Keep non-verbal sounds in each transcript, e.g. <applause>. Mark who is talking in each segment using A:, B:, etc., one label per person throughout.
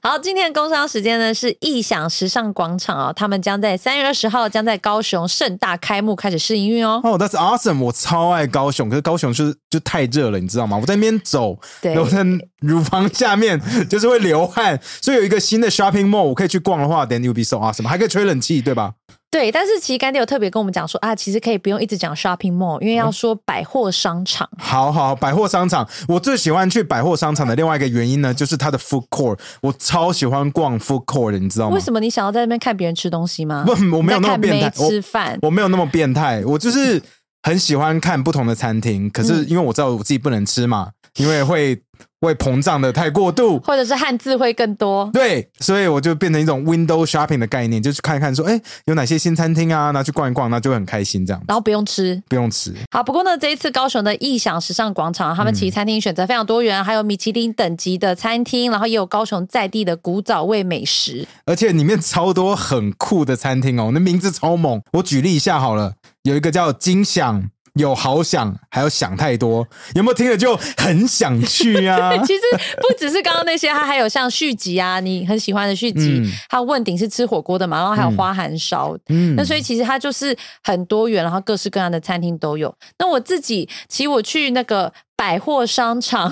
A: 好，今天的工商时间呢是异想时尚广场哦，他们将在三月二十号将在高雄盛大开幕，开始试营运哦。
B: 哦、oh,，That's awesome！我超爱高雄，可是高雄就是就太热了，你知道吗？我在那边走，
A: 对
B: 然后在乳房下面就是会流汗，所以有一个新的 shopping mall 我可以去逛的话，then you be so awesome，还可以吹冷气，对吧？
A: 对，但是其实干爹有特别跟我们讲说啊，其实可以不用一直讲 shopping mall，因为
B: 哦
A: 要说百货商场。
B: 好好，百货商场，我最喜欢去百货商场的另外一个原因呢，就是它的 food court，我超喜欢逛 food court 的，你知道吗？
A: 为什么你想要在那边看别人吃东西吗？
B: 哦不，我没有那么变
A: 在，
B: 态
A: 看妹吃饭
B: 我，我没有那么变态，我就是很喜欢看不同的餐厅，可是因为我知道我自己不能吃嘛，因为会会膨胀的太过度，
A: 或者是汉字会更多。
B: 对，所以我就变成一种 window shopping 的概念，就去看一看说，哎，有哪些新餐厅啊，那去逛一逛，那就会很开心这样，
A: 然后不用吃，
B: 不用吃。
A: 好，不过呢，这一次高雄的异想时尚广场，他们其
B: 嗯
A: 实餐厅选择非常多元，还有米其林等级的餐厅，然后也有高雄在地的古早味美食。
B: 而且里面超多很酷的餐厅哦，那名字超猛。我举例一下好了，有一个叫金享，有好想，还有想太多，有没有听了就很想
A: <laughs>
B: 去啊？
A: 其实不只是刚刚那些，它还有像续集啊，你很喜欢的续集，
B: 嗯
A: 还有问鼎是吃火锅的嘛，然后还有花韩烧，
B: 嗯
A: 那所以其实它就是很多元，然后各式各样的餐厅都有。那我自己其实我去那个百货商
B: <laughs>
A: 场，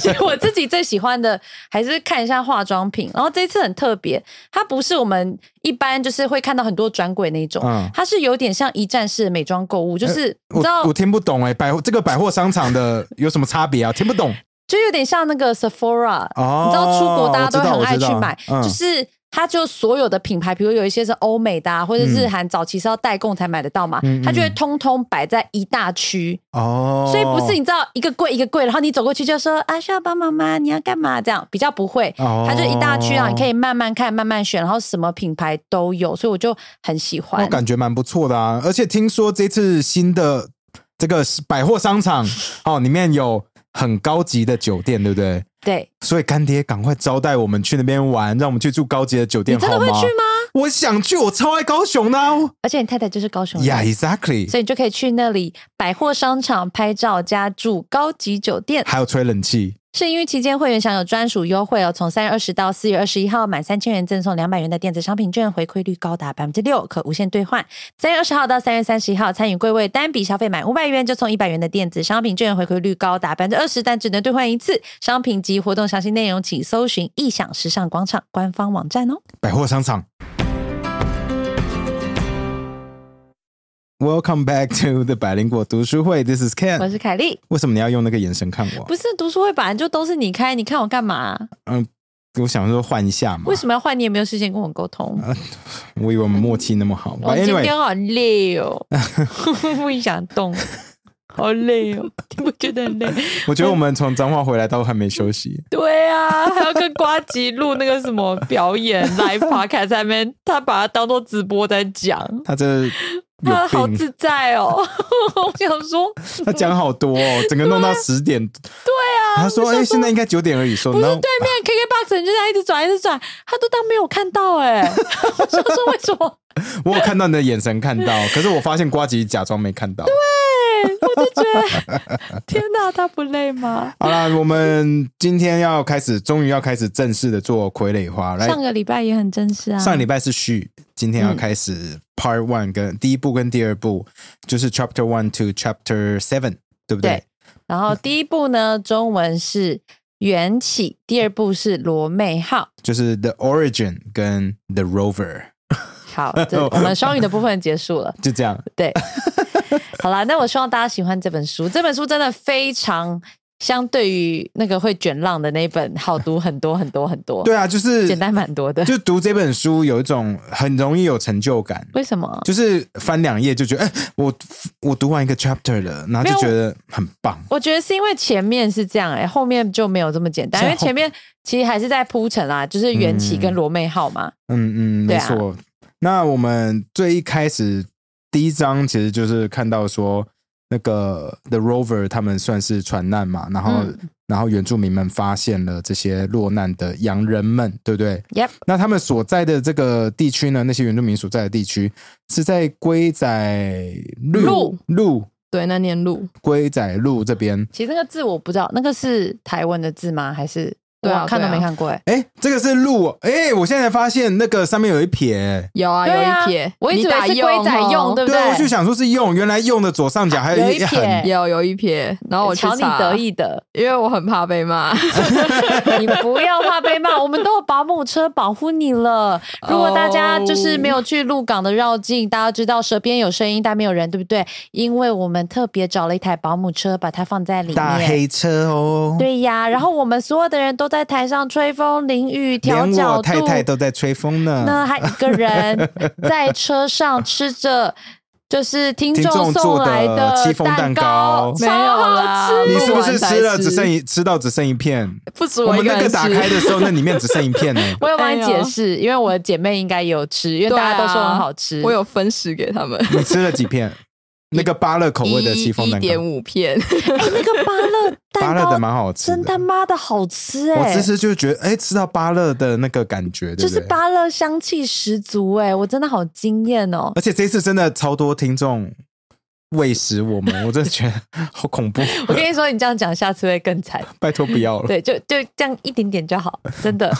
A: 其实我自己最喜欢的还是看一下化妆品。然后这一次很特别，它不是我们一般就是会看到很多专柜那一种，
B: 嗯
A: 它是有点像一站式的美妆购物，就是、你
B: 我
A: 知道
B: 呃我听不懂哎、百货这个百货商场的有什么差别啊？听不懂
A: 就有点像那个 Sephora，、
B: 哦
A: 你知道出国大家都很爱去买，
B: 我知道我知道嗯
A: 就是。它就所有的品牌，比如有一些是欧美的、啊，或者日韩，早期是要代购才买得到嘛，
B: 嗯嗯
A: 它就会通通摆在一大区，
B: 哦。
A: 所以不是你知道一个柜一个柜，然后你走过去就说啊需要帮忙吗？你要干嘛？这样比较不会，
B: 哦
A: 它就一大区啊，你可以慢慢看，慢慢选，然后什么品牌都有，所以我就很喜欢
B: 我。感觉蛮不错的啊。而且听说这次新的这个百货
A: <laughs>
B: 商场哦，里面有很高级的酒店，对不对？
A: 对
B: 所以干爹赶快招待我们去那边玩，让我们去住高级的酒
A: 你
B: 店，
A: 真的
B: 好
A: 会
B: 吗？
A: 去吗？
B: 我想去，我超爱高雄的、啊。
A: 而且你太太就是高雄人。
B: Yeah, exactly。
A: 所以你就可以去那里百货商场拍照加住高级酒店。
B: 还有吹冷气，
A: 试营运期间，会员享有专属优惠哦，从三月二十到四月二十一号，满三千元赠送两百元的电子商品券，回馈率高达百分之六，可无限兑换。三月二十号到三月三十一号，参与柜位单笔消费满五百元就送一百元的电子商品券，回馈率高达百分之二十，但只能兑换一次。商品及活动详细内容，请搜寻“异想时尚广场”官方网站哦。
B: 百货商场。Welcome back to the 百灵果读书会。This is
A: 我
B: Ken。
A: 是凯莉，
B: 为什么你要用那个眼神看我啊？
A: 不是读书会本来就都是你开，你看我干嘛、
B: 我想说换一下嘛。
A: 为什么要换？你也没有事先跟我沟通。
B: 我以为我们默契那么好。
A: 我
B: But
A: 今
B: anyway，
A: 天好累哦， <laughs> 不想动，好累哦，你不觉得很累？
B: 我觉得我们从彰化回来到还没
A: <laughs>
B: 休息。
A: 对啊，还要跟瓜吉录那个什么表演 live podcast 在那边，他把它当做直播在讲，
B: 他这
A: 他好
B: 有病，
A: 自在哦。 <laughs> 我想说，
B: 他讲好多哦，整个弄到十点。对啊，他说：“哎，现在应该九点而已。”说，
A: 不是
B: 然
A: 对
B: 后
A: 面 KKBOX 人就在一直转一直转，他都当没有看到哎、 <laughs> 我想说为什
B: <laughs>
A: 么？
B: 我有看到你的眼神，看到，
A: <laughs>
B: 可是我发现瓜吉假装没看到。
A: 哎，我就觉得天哪，他不累吗？
B: 好啦，我们今天要开始，终于要开始正式的做傀儡花。来，
A: 上个礼拜也很真实啊，嗯
B: 上个礼拜是序，今天要开始 Part One 跟第一部跟第二部，就是 Chapter One to Chapter Seven，对不对
A: 对？然
B: 嗯
A: 后第一部呢，中文是《缘起》，第二部是《罗妹号
B: 就是 The Origin 跟 The Rover，》。
A: 好，
B: <laughs>
A: 这我们双语的部分结束了。
B: 就这样。 <laughs>
A: 对，好啦，那我希望大家喜欢这本书。这本书真的非常，相对于那个会卷浪的那一本，好读很多很多很多，
B: 对啊，就是
A: 简单蛮多 <laughs> 的。
B: 就读这本书有一种很容易有成就感，
A: 为什么？
B: 就是翻两页就觉得，哎、我我读完一个 chapter 了，然后就觉得很棒。
A: 我觉得是因为前面是这样、哎，后面就没有这么简单，
B: 在
A: 因
B: 后
A: 为前面其实还是在铺陈啦，就是缘起跟罗妹号嘛。
B: 嗯嗯，
A: 对
B: 没
A: 啊
B: 错。那我们最一开始第一章其实就是看到说，那个 The Rover 他们算是船难嘛，然后、
A: 嗯
B: 然后原住民们发现了这些落难的洋人们，对不对？
A: Yep，
B: 那他们所在的这个地区呢，那些原住民所在的地区是在龟仔
A: 鹿
B: 路鹿
A: 对，那念路。
B: 龟仔路这边，
A: 其实那个字我不知道，那个是台湾的字吗？还是我
C: 对啊，
A: 看都
C: 对啊
A: 没看过哎、
B: 哎，这个是鹿，哎，我现在才发现那个上面有一撇，
C: 有啊，
A: 对啊
C: 有一撇，
A: 我一直以
C: 你
A: 为
C: 打
A: 是
C: 用
A: 龟仔
C: 哦
A: 用对不
B: 对啊，我就想说是用，原来用的左上角还
A: 有
B: 有
A: 一撇
B: 横，
C: 有有一撇，然后我去
A: 瞧你
C: 查
A: 得，意的，
C: 因为我很怕被骂。
A: 你不要怕被
C: <laughs>
A: 骂，我们都有保姆车保护你了。如果大家就是没有去鹿港的绕境，大家知道舌边有声音但没有人，对不对？因为我们特别找了一台保姆车，把它放在里
B: 大
A: 面。
B: 黑车哦，
A: 对呀，然后我们所有的人都在台上吹风淋雨调
B: 连
A: 角
B: 我
A: 度，
B: 太太都在吹风呢。
A: 那还一个人在车上吃着。就是听
B: 听
A: 众
B: 众做
A: 送
B: 的
A: 来
B: 戚风
A: 蛋
B: 蛋糕
A: 超
C: 没有
A: 好
C: 啦
A: 吃
C: 那
B: 你是不是
C: 录完才
B: 吃了只
C: 吃
B: 剩一吃到只剩一片？
C: 不止
B: 我
C: 一
B: 们
C: 个
B: 那
C: 人
B: 个打开
C: 吃，
B: 的时候，那里面只剩一片呢。
A: 我有帮你
C: 哎呦
A: 解释，因为我的姐妹应该也有吃，因为大家都说很好吃。
C: 我有分食给他们，
B: 你吃了几片？那个芭乐口味的戚风
C: 一
B: 蛋
C: 点
B: 糕，
C: 五片，
A: 哎那个芭乐
B: 芭
A: 蛋
B: 乐的
A: 糕
B: 蛮好吃
A: 真他
B: 的。
A: 妈的好吃
B: 我
A: 哎、
B: 吃吃就觉得，哎、吃到芭乐的那个感觉，对
A: 就
B: 不
A: 是
B: 对？
A: 芭乐香气十足哎、我真的好惊艳哦！
B: 而且这次真的超多听众喂食我
A: <laughs>
B: 们，我真的觉得好恐怖，
A: 我跟你说，你这样讲，下次会更惨。
B: 拜托不要了。
A: 对，就就这样一点点就好，真的。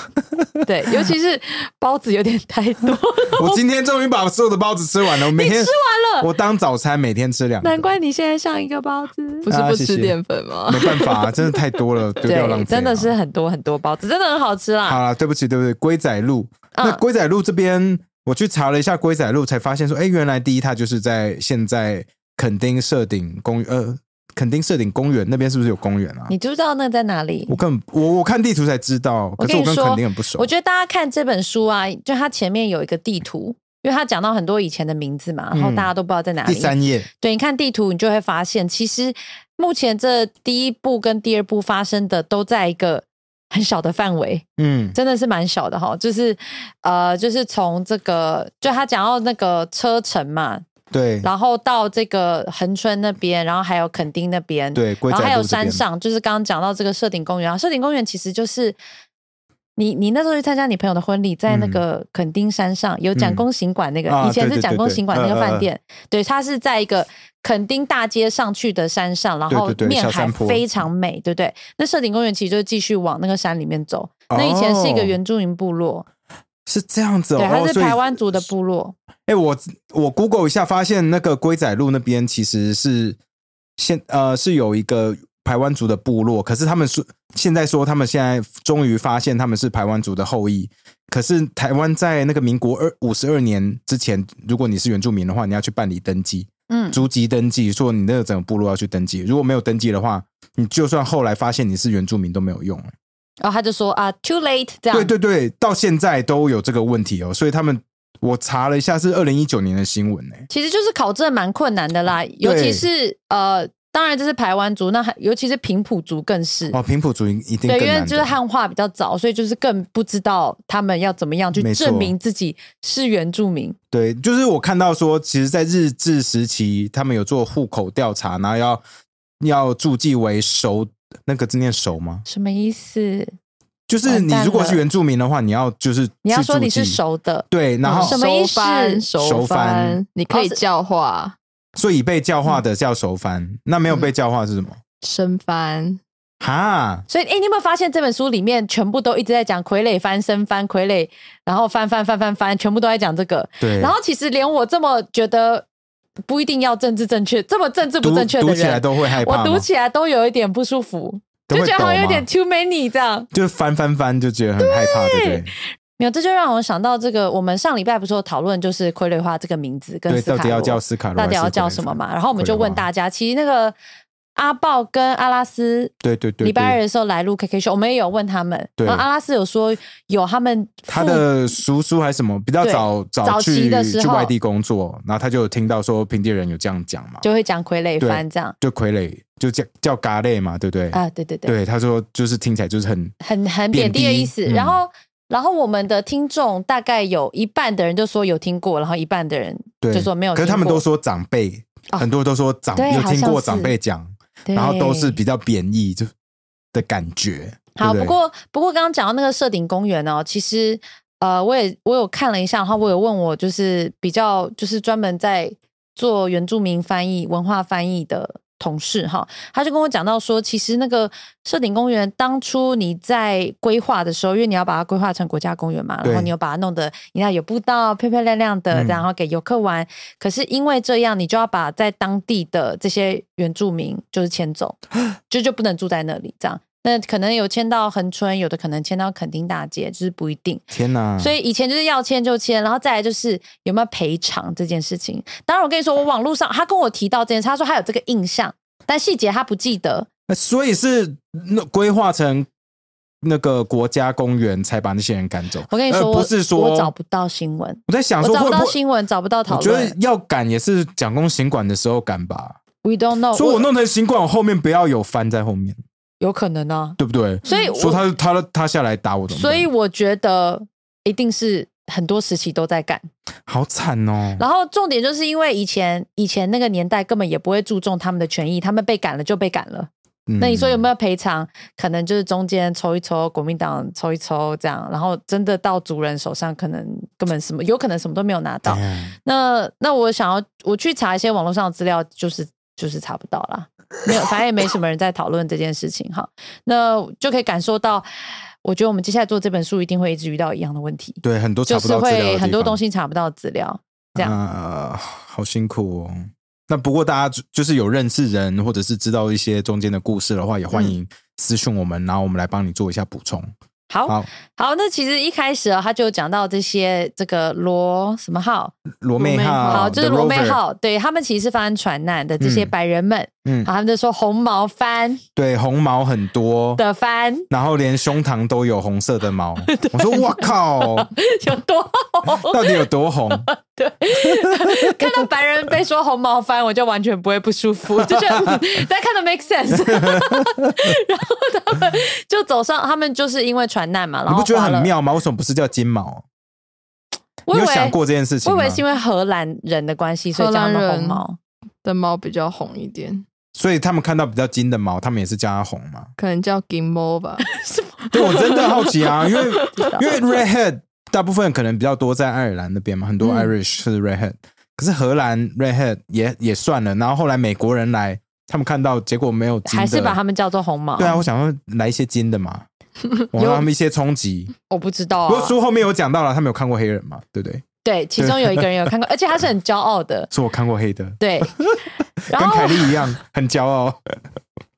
A: 对，尤其是包子有点太多，
B: 我今天终于把所有的包子吃完了，我每天吃完了，我当早餐每天吃两个，
A: 难怪你现在像一个包子。
C: 不是
B: 啊
C: 不
B: 谢
C: 吃
B: 谢
C: 淀粉吗？
B: 没办法、真的太
A: <laughs>
B: 多了，丢掉浪
A: 对，
B: 费了。
A: 真的是很多很多包子，真的很好吃啦。
B: 好了，对不起，对不起，龟仔路。那
A: 嗯
B: 龟仔路这边，我去查了一下龟仔路，才发现说，哎，原来第一它就是在现在垦丁社顶公园，呃，垦丁社顶公园那边是不是有公园啊？
A: 你知不知道那在哪里
B: 我？根本我我看地图才知道，可是
A: 跟
B: 我
A: 你
B: 跟
A: 说，
B: 垦丁很不熟
A: 我。觉得大家看这本书啊，就它前面有一个地图，因为它讲到很多以前的名字嘛，然后
B: 嗯
A: 大家都不知道在哪里。
B: 第三页，
A: 对，你看地图，你就会发现，其实目前这第一步跟第二步发生的都在一个很小的范围，
B: 嗯，
A: 真的是蛮小的哈。就是呃，就是从这个，就他讲到那个车程嘛，
B: 对
A: 然后到这个恒春那边，然后还有垦丁那边，
B: 对，龟
A: 然
B: 仔
A: 后
B: 路
A: 还有
B: 这
A: 山
B: 边
A: 上，就是刚刚讲到这个社顶公园啊，社顶公园其实就是你你那时候去参加你朋友的婚礼，在那个垦丁山上、有蒋公行馆那个，
B: 嗯啊
A: 以前
B: 对
A: 是
B: 对
A: 蒋公行馆那
B: 对
A: 个
B: 对
A: 饭
B: 呃
A: 店，对，它是在一个垦丁大街上去的山上，然后
B: 对对对
A: 面
B: 小
A: 海
B: 山坡
A: 非常美，对不对？那社顶公园其实就是继续往那个山里面走，那以前是一个
B: 哦
A: 原住民部落，
B: 是这样子哦，
A: 对，它
B: 哦
A: 是
B: 所以
A: 台湾族的部落，
B: 哎、我我 Google 一下，发现那个龟仔路那边其实是现呃是有一个排湾族的部落，可是他们说现在说他们现在终于发现他们是排湾族的后裔。可是台湾在那个民国二五十二年之前，如果你是原住民的话，你要去办理登记，
A: 嗯，
B: 族籍登记，说你那个整个部落要去登记。如果没有登记的话，你就算后来发现你是原住民都没有用。
A: 然后他就说啊，too late 这样，
B: 对对对，到现在都有这个问题哦，所以他们我查了一下，是二零一九年的新闻欸呢、
A: 其实就是考证蛮困难的啦，尤其是呃，当然这是排湾族，那还尤其是平埔族更是。
B: 哦，平埔族一定
A: 对，
B: 更
A: 因为
B: 难
A: 就是
B: 的
A: 汉化比较早，所以就是更不知道他们要怎么样去
B: 没错
A: 证明自己是原住民。
B: 对，就是我看到说，其实，在日治时期，他们有做户口调查，然后要要注记为熟，那个字念熟吗？
A: 什么意思？
B: 就是
A: 完
B: 你
A: 蛋
B: 如果
A: 了
B: 是原住民的话，你要就是
A: 你要
B: 去
A: 说
B: 注
A: 你是
B: 记
A: 熟嗯的，
B: 对，然
A: <laughs> 什
B: 后
A: 么意思
C: 熟番
B: 熟
C: 熟
B: 番
C: 番，你可以
A: 哦是
C: 教化
B: 所以被教化的叫熟番，那没有被教化是什么？
C: 生番，
B: 哈，
A: 所以哎，诶你有没有发现这本书里面全部都一直在讲傀儡翻身翻傀儡，然后翻翻翻翻翻，全部都在讲这个。
B: 对，
A: 然后其实连我这么觉得不一定要政治正确，这么政治不
B: 读
A: 正确的
B: 读起来
A: 人，
B: 都会害怕
A: 我
B: 吗，
A: 读起来都有一点不舒服，
B: 都
A: 就
B: 会
A: 觉得好像
B: 抖
A: 有
B: 吗
A: 点 too many 这样。
B: 就是翻翻翻就觉得很害怕，对不对？
A: 没有，这就让我想到这个，我们上礼拜不是有讨论就是傀儡花这个名字跟
B: 对，
A: 斯
B: 到
A: 卡
B: 底要
A: 罗
B: 叫斯卡罗，
A: 到底要叫什么？嘛？然后我们就问大家，其实那个阿豹跟阿拉斯。
B: 对对对，
A: 礼拜
B: 对
A: 二的时候来录 KK 秀，我们也有问他们，
B: 对
A: 然后阿拉斯有说有他们
B: 他
A: 父
B: 的叔叔还是什么比较
A: 对
B: 早
A: 早
B: 早
A: 期
B: 去
A: 的时候
B: 去外地工作，然后他就有听到说平地人有这样讲嘛，就
A: 就会讲傀儡
B: 对
A: 番这样
B: 傀儡就叫叫嘎类嘛，对不对？
A: 啊，对对对，
B: 对，他说就是听起来就是很
A: 很很贬低的意思。
B: 贬低嗯
A: 然后然后我们的听众大概有一半的人就说有听过，然后一半的人
B: 对，
A: 就说没有
B: 可
A: 听过。
B: 是他们都说长辈，
A: 哦
B: 很多都说长
A: 对
B: 有
A: 好
B: 听
A: 像
B: 过
A: 是
B: 长辈讲，
A: 对，
B: 然后都是比较贬义就的感觉。
A: 好，
B: 对
A: 不
B: 不对
A: 过不过刚刚讲到那个社顶公园哦，其实呃，我也我有看了一下，然后我有问我就是比较就是专门在做原住民翻译、文化翻译的同事哈，他就跟我讲到说，其实那个社顶公园当初你在规划的时候，因为你要把它规划成国家公园嘛，
B: 对
A: 然后你又把它弄得你看有步道漂漂亮亮的，
B: 嗯
A: 然后给游客玩。可是因为这样，你就要把在当地的这些原住民就是迁走，
B: 啊
A: 就就不能住在那里这样。那可能有迁到恒春，有的可能迁到垦丁大街，就是不一定。
B: 天哪！
A: 所以以前就是要签就签，然后再来就是有没有赔偿这件事情。当然，我跟你说，我网络上他跟我提到这件事，他说他有这个印象，但细节他不记得。
B: 那所以是那规划成那个国家公园才把那些人赶走。
A: 我跟你说，
B: 呃
A: 我
B: 不是说
A: 我找不到新闻，
B: 我在想
A: 我
B: 说
A: 找
B: 会
A: 不
B: 不
A: 到
B: 会，
A: 新闻，找不到
B: 我
A: 讨
B: 觉得
A: 论。
B: 要赶也是蒋公行管的时候赶吧。
A: We don't know，
B: 所以我弄成行管，我后面不要有翻在后面，
A: 有可能啊，
B: 对不对？
A: 所以
B: 嗯说
A: 我
B: 他他他下来打我怎么办？
A: 所以我觉得一定是很多时期都在干。
B: 好惨哦。
A: 然后重点就是因为以前以前那个年代根本也不会注重他们的权益，他们被赶了就被赶了。
B: 嗯
A: 那你说有没
B: 有？
A: 有赔偿？可能就是中间抽一抽，国民党抽一抽这样，然后真的到族人手上，可能根本什么，有可能什么都没有拿到。
B: 哎
A: 那那我想要我去查一些网络上的资料，就是就是查不到啦，没有，反正也没什么人在讨论这件事情哈。那就可以感受到，我觉得我们接下来做这本书一定会一直遇到一样的问题，
B: 对，很多查
A: 就
B: 不
A: 是
B: 到资料
A: 会很多东
B: 西
A: 西查不到资料。这样
B: 啊，好辛苦哦。那不过大家就就是有认识人，或者是知道一些中间的故事的话，也欢迎私讯我们，然后我们来帮你做一下补充。
A: 好
B: 好，
A: 好，那其实一开始啊，他就讲到这些这个罗什么号，
B: 罗妹
C: 罗妹
B: 号，
A: 好，就是罗妹
B: 啊 The Rover，
A: 号，对他们其实是发生船难的这些
B: 嗯
A: 白人们，
B: 嗯
A: 然，后他们就说红毛番
B: 对，红毛很多，
A: 的番
B: 然后连胸膛都有红色的毛。我说哇靠，
A: <laughs> 有多红，
B: 到底有
A: <laughs>
B: 多红？
A: 看到白人被说红毛番，我就完全不会不舒服， <laughs> 就是、嗯、但看到 make sense，然 <laughs> 后他们就走上，他们就是因为船难嘛，然
B: 你
A: 后
B: 不觉得
A: 花了
B: 很？妙吗？为什么不是叫金毛？
A: 我
B: 你
A: 以
B: 有
A: 为
B: 想过这件事情
A: 我以
B: 吗？
A: 为是因为荷兰人的关系，所以叫他
C: 荷
A: 们
C: 兰人
A: 红毛。
C: 的猫比较红一点，
B: 所以他们看到比较金的毛，他们也是叫它红嘛。
C: 可能叫 Gimmo 吧。
B: 对，我真的好
A: <laughs>
B: 奇啊，因为因为 redhead 大部分可能比较多在爱尔兰那边嘛，很多
C: 嗯
B: Irish 是 redhead，、可是荷兰 redhead 也也算了，然后后来美国人来，他们看到结果没有金的，
A: 还是把他们叫做红毛？
B: 对啊，我想说来一些金的
A: <laughs>
B: 嘛，我让他们一些冲击。
A: 我不知道、
B: 不
A: 啊。
B: 过书后面有讲到了，他们有看过黑人嘛，对不对？
A: 对，其中有一个人有看过，而且他是很骄傲的。
B: 说我看过黑的， <laughs>
A: 对，然
B: 跟
A: 后
B: 凯莉一样很骄傲，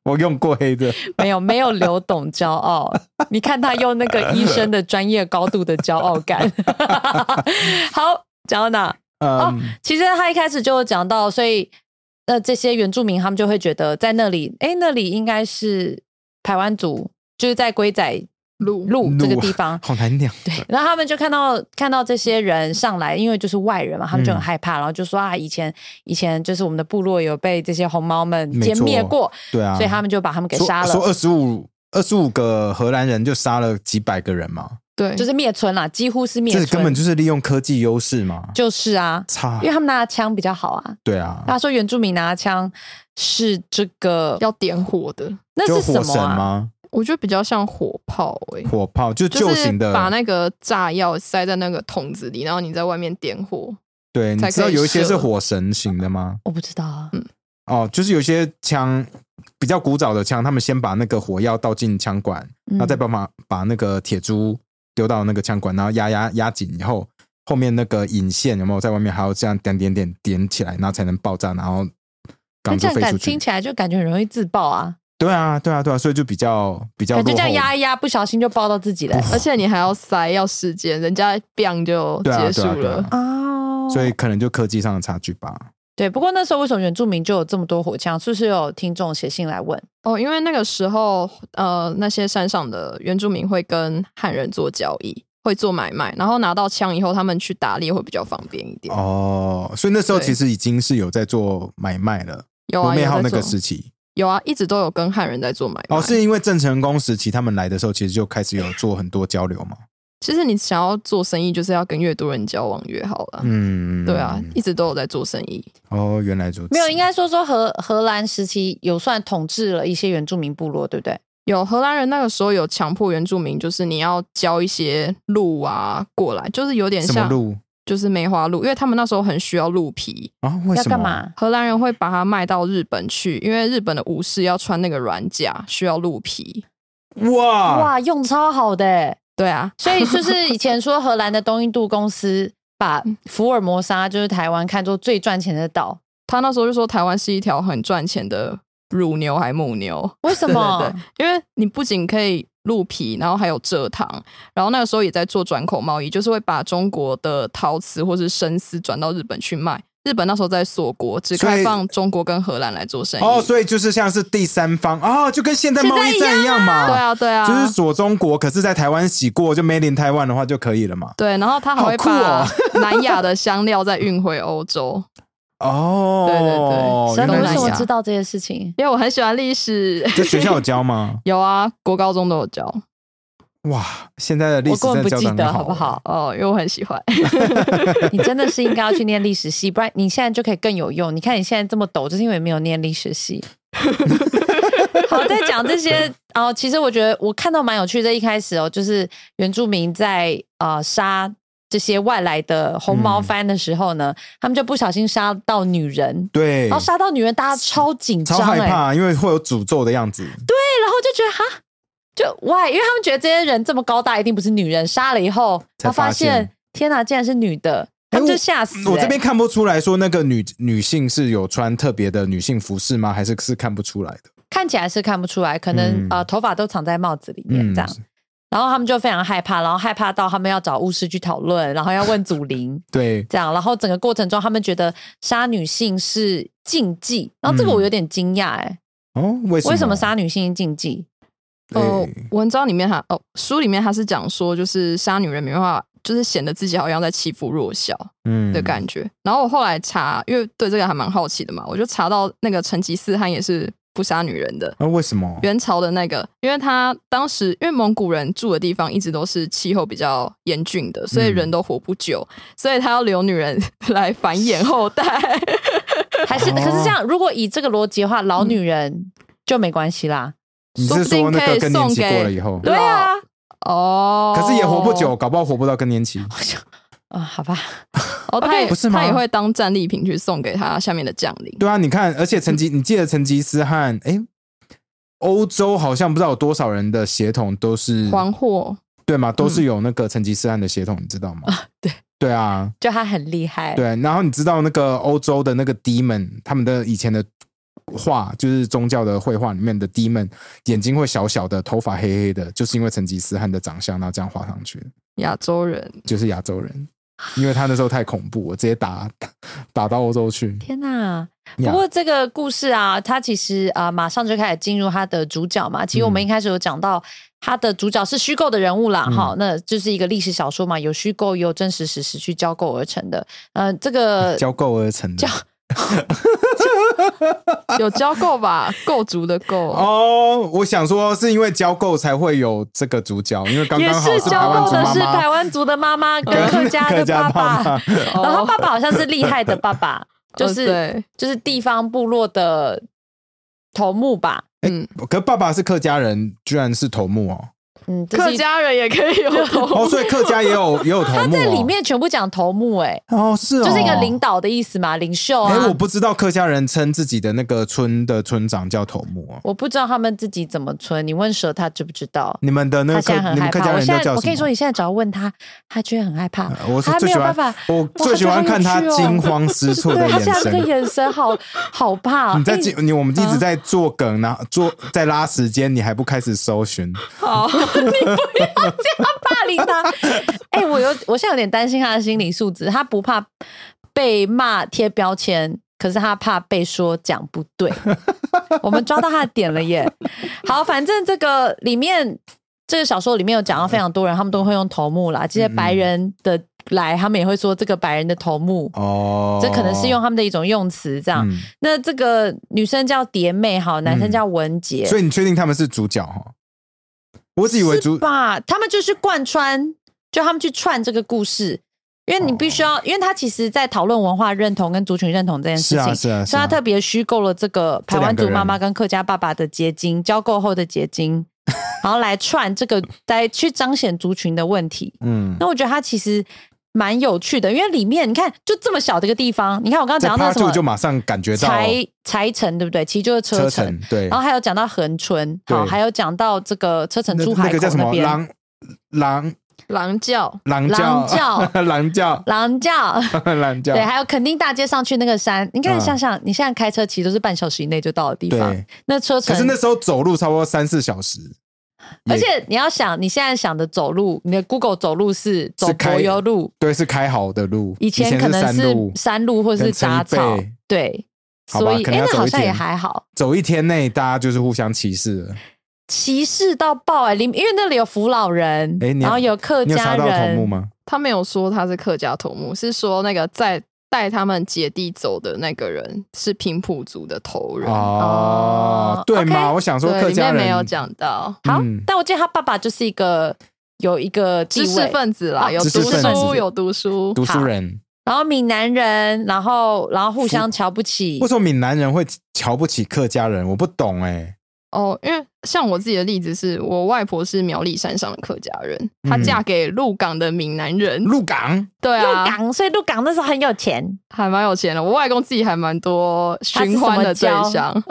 B: 我用过黑的，
A: 没有没有刘董骄傲，你看他用那个医生的专业高度的骄傲
B: <laughs>
A: 感。好，讲到哪？哦
B: 嗯，
A: 其实他一开始就有讲到，所以那这些原住民他们就会觉得在那里，哎，那里应该是台湾族，就是在龟仔
C: 鹿
A: 路这个
B: 鹿
A: 地
B: <laughs>
A: 方。
B: 好难讲，
A: 对，然后他们就看到看到这些人上来，因为就是外人嘛，他们就很害怕，然后就说啊，以前以前就是我们的部落有被这些红毛们
B: 没错
A: 歼灭过，
B: 对啊，
A: 所以他们就把他们给杀
B: 说
A: 了，
B: 二十五二十五个荷兰人就杀了几百个人嘛，
C: 对，
A: 就是灭村啦，几乎是灭
B: 这
A: 村，
B: 根本就是利用科技优势嘛。
A: 就是啊，
B: 差
A: 因为他们拿的枪比较好啊。
B: 对啊，
A: 他说原住民拿的枪是这个，
C: 要点火的，
A: 那
B: 就是火
A: 什
B: 神
A: 么啊？
B: 吗？
C: 我觉得比较像火炮欸诶、
B: 火炮就
C: 就
B: 旧
C: 是
B: 型的，
C: 把那个炸药塞在那个桶子里，然后你在外面点火。
B: 对，你
C: 才
B: 知道
C: 可以
B: 有一些是
C: 射
B: 火神型的吗？
A: 我不知道啊，
B: 哦，就是有些枪比较古早的枪，他们先把那个火药倒进枪管，然后再
A: 嗯
B: 帮忙把那个铁珠丢到那个枪管，然后压压压紧以后，后面那个引线有没有在外面还要这样点点点点起来，然后才能爆炸，然后
A: 那
B: 钢
A: 这样
B: 珠飞
A: 感
B: 出去
A: 听。起来就感觉很容易自爆啊，
B: 对啊，对啊，对啊，所以就比较比较
A: 感觉
B: 落
A: 这样
B: 后
A: 压一压，不小心就爆到自己
B: 哦
A: 了
C: 而且你还要塞，要时间，人家 biang 就
B: 对啊
C: 结束
B: 对啊对啊
C: 了。
A: 哦
B: 所以可能就科技上的差距吧。
A: 对，不过那时候为什么原住民就有这么多火枪？是不是有听众写信来问？
C: 哦，因为那个时候，呃，那些山上的原住民会跟汉人做交易，会做买卖，然后拿到枪以后，他们去打猎会比较方便一点。
B: 哦，所以那时候
C: 对
B: 其实已经是有在做买卖了，
C: 有
B: 罗
C: 啊，
B: 妹
C: 有
B: 号
C: 在
B: 那个
C: 做
B: 时期。
C: 有啊，一直都有跟汉人在做买卖。
B: 哦，是因为郑成功时期他们来的时候，其实就开始有做很多交流嘛。
C: 其实你想要做生意，就是要跟越多人交往越好了。
B: 嗯，
C: 对啊，一直都有在做生意。
B: 哦，原来如此。
A: 没有，应该说说荷荷兰时期有算统治了一些原住民部落，对不对？
C: 有荷兰人那个时候有强迫原住民，就是你要交一些鹿啊过来，就是有点
B: 什么
C: 像
B: 路？
C: 就是梅花鹿，因为他们那时候很需要鹿皮，
B: 啊？为
A: 要
B: 什么？
A: 干嘛？
C: 荷兰人会把它卖到日本去，因为日本的武士要穿那个软甲，需要鹿皮。
B: 哇，
A: 哇，用超好的欸，
C: 对啊，
A: 所以就是以前说荷兰的东印度公司把福尔摩沙就是台湾看作最赚钱的岛，
C: 他那时候就说台湾是一条很赚钱的乳牛还母牛，
A: 为什
C: 对
A: 么？
C: 对对，因为你不仅可以鹿皮，然后还有蔗糖，然后那个时候也在做转口贸易，就是会把中国的陶瓷或是生丝转到日本去卖。日本那时候在锁国，只
B: 所以
C: 开放中国跟荷兰来做生意。
B: 哦，所以就是像是第三方哦，就跟现在贸易战一样嘛，
C: 对啊，对啊，
B: 就是锁中国，可是在台湾洗过就 made in 台湾的话就可以了嘛。
C: 对，然后他还会
B: 好酷哦
C: 把南亚的香料再运回欧洲，
B: 哦，
C: 对对
A: 所
C: 对
A: 以
B: 原
A: 你
B: 来
A: 为什
B: 是这
A: 么
B: 样
A: 知道这些事情？
C: 因为我很喜欢历史。 <laughs>
B: 这学校有教吗？
C: 有啊，国高中都有教
B: 哇，现在的历
A: 我
B: 史
A: 根
B: 真
A: 本
B: 的
A: 不
B: 教
A: 记
B: 的
A: 得，
B: 很啊
A: 好不？好？
C: 哦，因为我很喜欢。
A: 你真的是应该要去念历史系，不然你现在就可以更有用。你看你现在这么抖，就是因为没有念历史系。 <laughs> 好，在讲这些哦，其实我觉得我看到蛮有趣的。一开始哦，就是原住民在呃杀这些外来的红
B: 嗯
A: 毛番的时候呢，他们就不小心杀到女人，
B: 对
A: 然后，杀到女人，大家超紧张、
B: 哎超
A: 欸，
B: 害怕，因为会有诅咒的样子。
A: 对，然后就觉得哈，就 why？因为他们觉得这些人这么高大，一定不是女人。杀了以后，
B: 才
A: 他
B: 发
A: 发
B: 现
A: 现天哪，竟然是女的，他
B: 哎
A: 们
B: 我
A: 就吓死、欸
B: 我这边看不出来说那个女女性是有穿特别的女性服饰吗？还是是看不出来的？
A: 看起来是看不出来，可能、
B: 嗯
A: 呃头发都藏在帽子里面这样。然后他们就非常害怕，然后害怕到他们要找巫师去讨论，然后要问祖
B: <laughs>
A: 灵
B: 对，
A: 这样。然后整个过程中，他们觉得杀女性是禁忌，然后这个
B: 嗯
A: 我有点惊讶哎，
B: 哦，为什么？
A: 为什么？杀女性是禁忌？
B: 对
C: 哦，文章里面他哦，书里面他是讲说，就是杀女人没办法，就是显得自己好像在欺负弱小
B: 嗯
C: 的感觉。然后我后来查，因为对这个还蛮好奇的嘛，我就查到那个成吉思汗也是不杀女人的。
B: 啊？为什么？
C: 元朝的那个，因为他当时因为蒙古人住的地方一直都是气候比较严峻的，所以
B: 嗯
C: 人都活不久，所以他要留女人 <laughs> 来繁衍
B: <laughs>
C: 后代。
A: 还是、
B: 哦
A: 可是这样，如果以这个逻辑的话，老女人就没关系啦。
B: 你是说那个更年期过了以
A: 嗯
B: 后？
C: 对啊，哦，
B: 可是也活不久，搞不好活不到更年期。
A: <laughs> 啊、好吧，
C: 哦，他也
B: 不是吗
C: 他也会当战利品去送给他下面的将领。
B: 对啊，你看，而且成吉，你记得成吉思汗？哎，欧洲好像不知道有多少人的血统都是
C: 黄祸，
B: 对嘛，都是有那个成吉思汗的血统，你知道吗？
A: 嗯对
B: 对啊，
A: 就她很厉害。
B: 对。然后你知道那个欧洲的那个 demon，他们的以前的画，就是宗教的绘画里面的 demon，眼睛会小小的，头发黑黑的，就是因为成吉思汗的长相，然后这样画上去的。
C: 亚洲人
B: 就是亚洲人，因为他那时候太恐怖，我直接打打到欧洲去。
A: 天哪！不
B: 呀
A: 过这个故事啊，它其实啊、呃马上就开始进入它的主角嘛。其实我们
B: 嗯
A: 一开始有讲到，它的主角是虚构的人物啦，
B: 嗯
A: 哈、那就是一个历史小说嘛，有虚构，也有真实史实去交构而成的。呃，这个
B: 交媾而成的
A: 交
C: 有交
B: <laughs>
C: 够吧？构筑的构，
B: 哦，我想说是因为交媾才会有这个主角，因为刚
A: 也
B: 刚好
A: 是
B: 台
A: 交
B: 湾
A: 构
B: 族
A: 的
B: 妈
A: 是
B: 妈
A: 台湾族的妈妈跟
B: 跟
A: <laughs> 客家的爸
B: 爸
A: 爸，
C: 哦
A: 然后爸爸好像是厉害的爸爸，就是、
C: 哦对，
A: 就是地方部落的头目吧。
C: 嗯，
B: 可爸爸是客家人，居然是头目哦。
A: 嗯，这是
C: 客
A: 一
C: 家人也可以有
B: <laughs>
C: 头
B: 哦，所以客家也有也有头目、哦。
A: 他在里面全部讲头目、哎。
B: 哦，是哦，
A: 就是一个领。导的意思嘛，领袖啊。
B: 哎，我不知道客家人称自己的那个村的村长叫头目哦。
A: 我不知道他们自己怎么存，你问蛇他知不知道？
B: 你们的
A: 他
B: 那个
A: 现在
B: 客
A: 很
B: 你们
A: 害
B: 客
A: 怕。
B: 家
A: 我
B: 人
A: 现
B: 都
A: 在
B: 叫
A: 我
B: 什么
A: 跟你说，你现在只要问他，他就会很害怕
B: 呃。我是
A: 他
B: 最
A: 没
B: 喜
A: 有
B: 欢
A: 办法，
B: 我
A: 哇
B: 最喜欢看他
A: 哦
B: 惊。慌失措
A: 他
B: 的
A: 对他
B: 眼
A: 现在那
B: 神
A: 个。眼神好好怕、
B: 你在
A: 哎
B: 进你我们一直在做梗，然后做在拉时间，你还不开始搜寻？
C: 好，
A: 霸凌他。 <laughs> 哎、我有，我现在有点担心他的心理素质。他不怕被骂贴标签，可是他怕被说讲不
B: <laughs>
A: 对。我们抓到他的点了耶。好，反正这个里面这个小说里面有讲到非常多人，他们都会用头目啦。这
B: 嗯
A: 些白人的来，他们也会说这个白人的头目。
B: 哦，
A: 这可能是用他们的一种用词，这样。
B: 嗯
A: 那这个女生叫蝶妹，好，男生
B: 嗯
A: 叫文杰。
B: 所以你确定他们是主角哈？我只以为
A: 是
B: 主
A: 吧？他们就是贯穿，就他们去串这个故事，因为你必须要，因为他其实在讨论文化认同跟族群认同这件事
B: 哦
A: 情，
B: 是啊是啊是
A: 所以他
B: 啊，
A: 特别虚构了这个台湾
B: 这两
A: 族
B: 个人
A: 妈妈跟客家爸爸的结晶，交媾后的结晶，然后来串这个，来去彰显族群的问题。
B: 嗯
A: 那我觉得他其实蛮有趣的，因为里面你看就这么小的一个地方，你看我 <laughs> 刚刚
B: 在
A: 讲到那
B: Part
A: 什
B: Two 就
A: 么
B: 马上感觉到哦
A: 柴柴城对不对？其实就是
B: 车
A: 车城，
B: 程，对，
A: 然后还有讲到恒春，
B: 对
A: 好，还有讲到这个车城
B: 那
A: 珠海
B: 那个叫
A: 口
B: 什么
A: 边。
B: 狼狼
C: 狼叫，
B: 狼
A: 狼叫
B: 叫 <laughs> 狼叫
A: 狼叫，
B: 狼叫
A: 对，还有垦丁大街上去那个山，你看
B: 嗯
A: 想想，你现在开车其实都是半小时以内就到的地方
B: 对，
A: 那车
B: 可
A: 程
B: 是那时候走路差不多三四小时，也
A: 而且你要想，你现在想的走路，你的 Google 走路是走柏油路，
B: 对是开好的路，以
A: 前
B: 是
A: 可能
B: 山路，
A: 山路或者是杂
B: 可能
A: 草
B: 乘一倍，
A: 对，
B: 好吧
A: 所以
B: 可能
A: 哎
B: 要，
A: 那
B: 走
A: 好
B: 一
A: 像也
B: 天
A: 还好，
B: 走一天内大家就是互相歧视了。
A: 歧视到爆哎、里因为那里有扶老人，
B: 哎你有
A: 然后有客
B: 你有
A: 家
B: 查到头目
A: 人，
B: 吗？
C: 他没有说他是客家头目，是说那个在带他们姐弟走的那个人是平埔族的头
A: 哦
C: 人。
B: 哦，对嘛？
A: OK
B: 我想说
C: 对，
B: 客
C: 里
B: 家
C: 面
B: 人
C: 没有讲到
A: 好
B: 嗯，
A: 但我记得他爸爸就是一个有一个地
C: 知识
A: 位，
C: 分子啦，
A: 啊
C: 有
B: 知识
C: 读
B: 分子
C: 书，有读书，
B: 读书
C: 好
B: 人，
A: 然后闽南人，然后然后互相瞧不起
B: 为，什么闽南人会瞧不起客家人？我不懂哎。
C: 哦，因为像我自己的例子是，我外婆是苗栗山上的客家人，她
B: 嗯
C: 嫁给鹿港的闽南人，
B: 鹿港
C: 对
A: 鹿
C: 啊，
A: 港，所以鹿港那时候很有钱，
C: 还蛮有钱的。我外公自己还蛮多
A: 他是
C: 寻欢的
A: 什
C: 对
A: 么教
C: 象，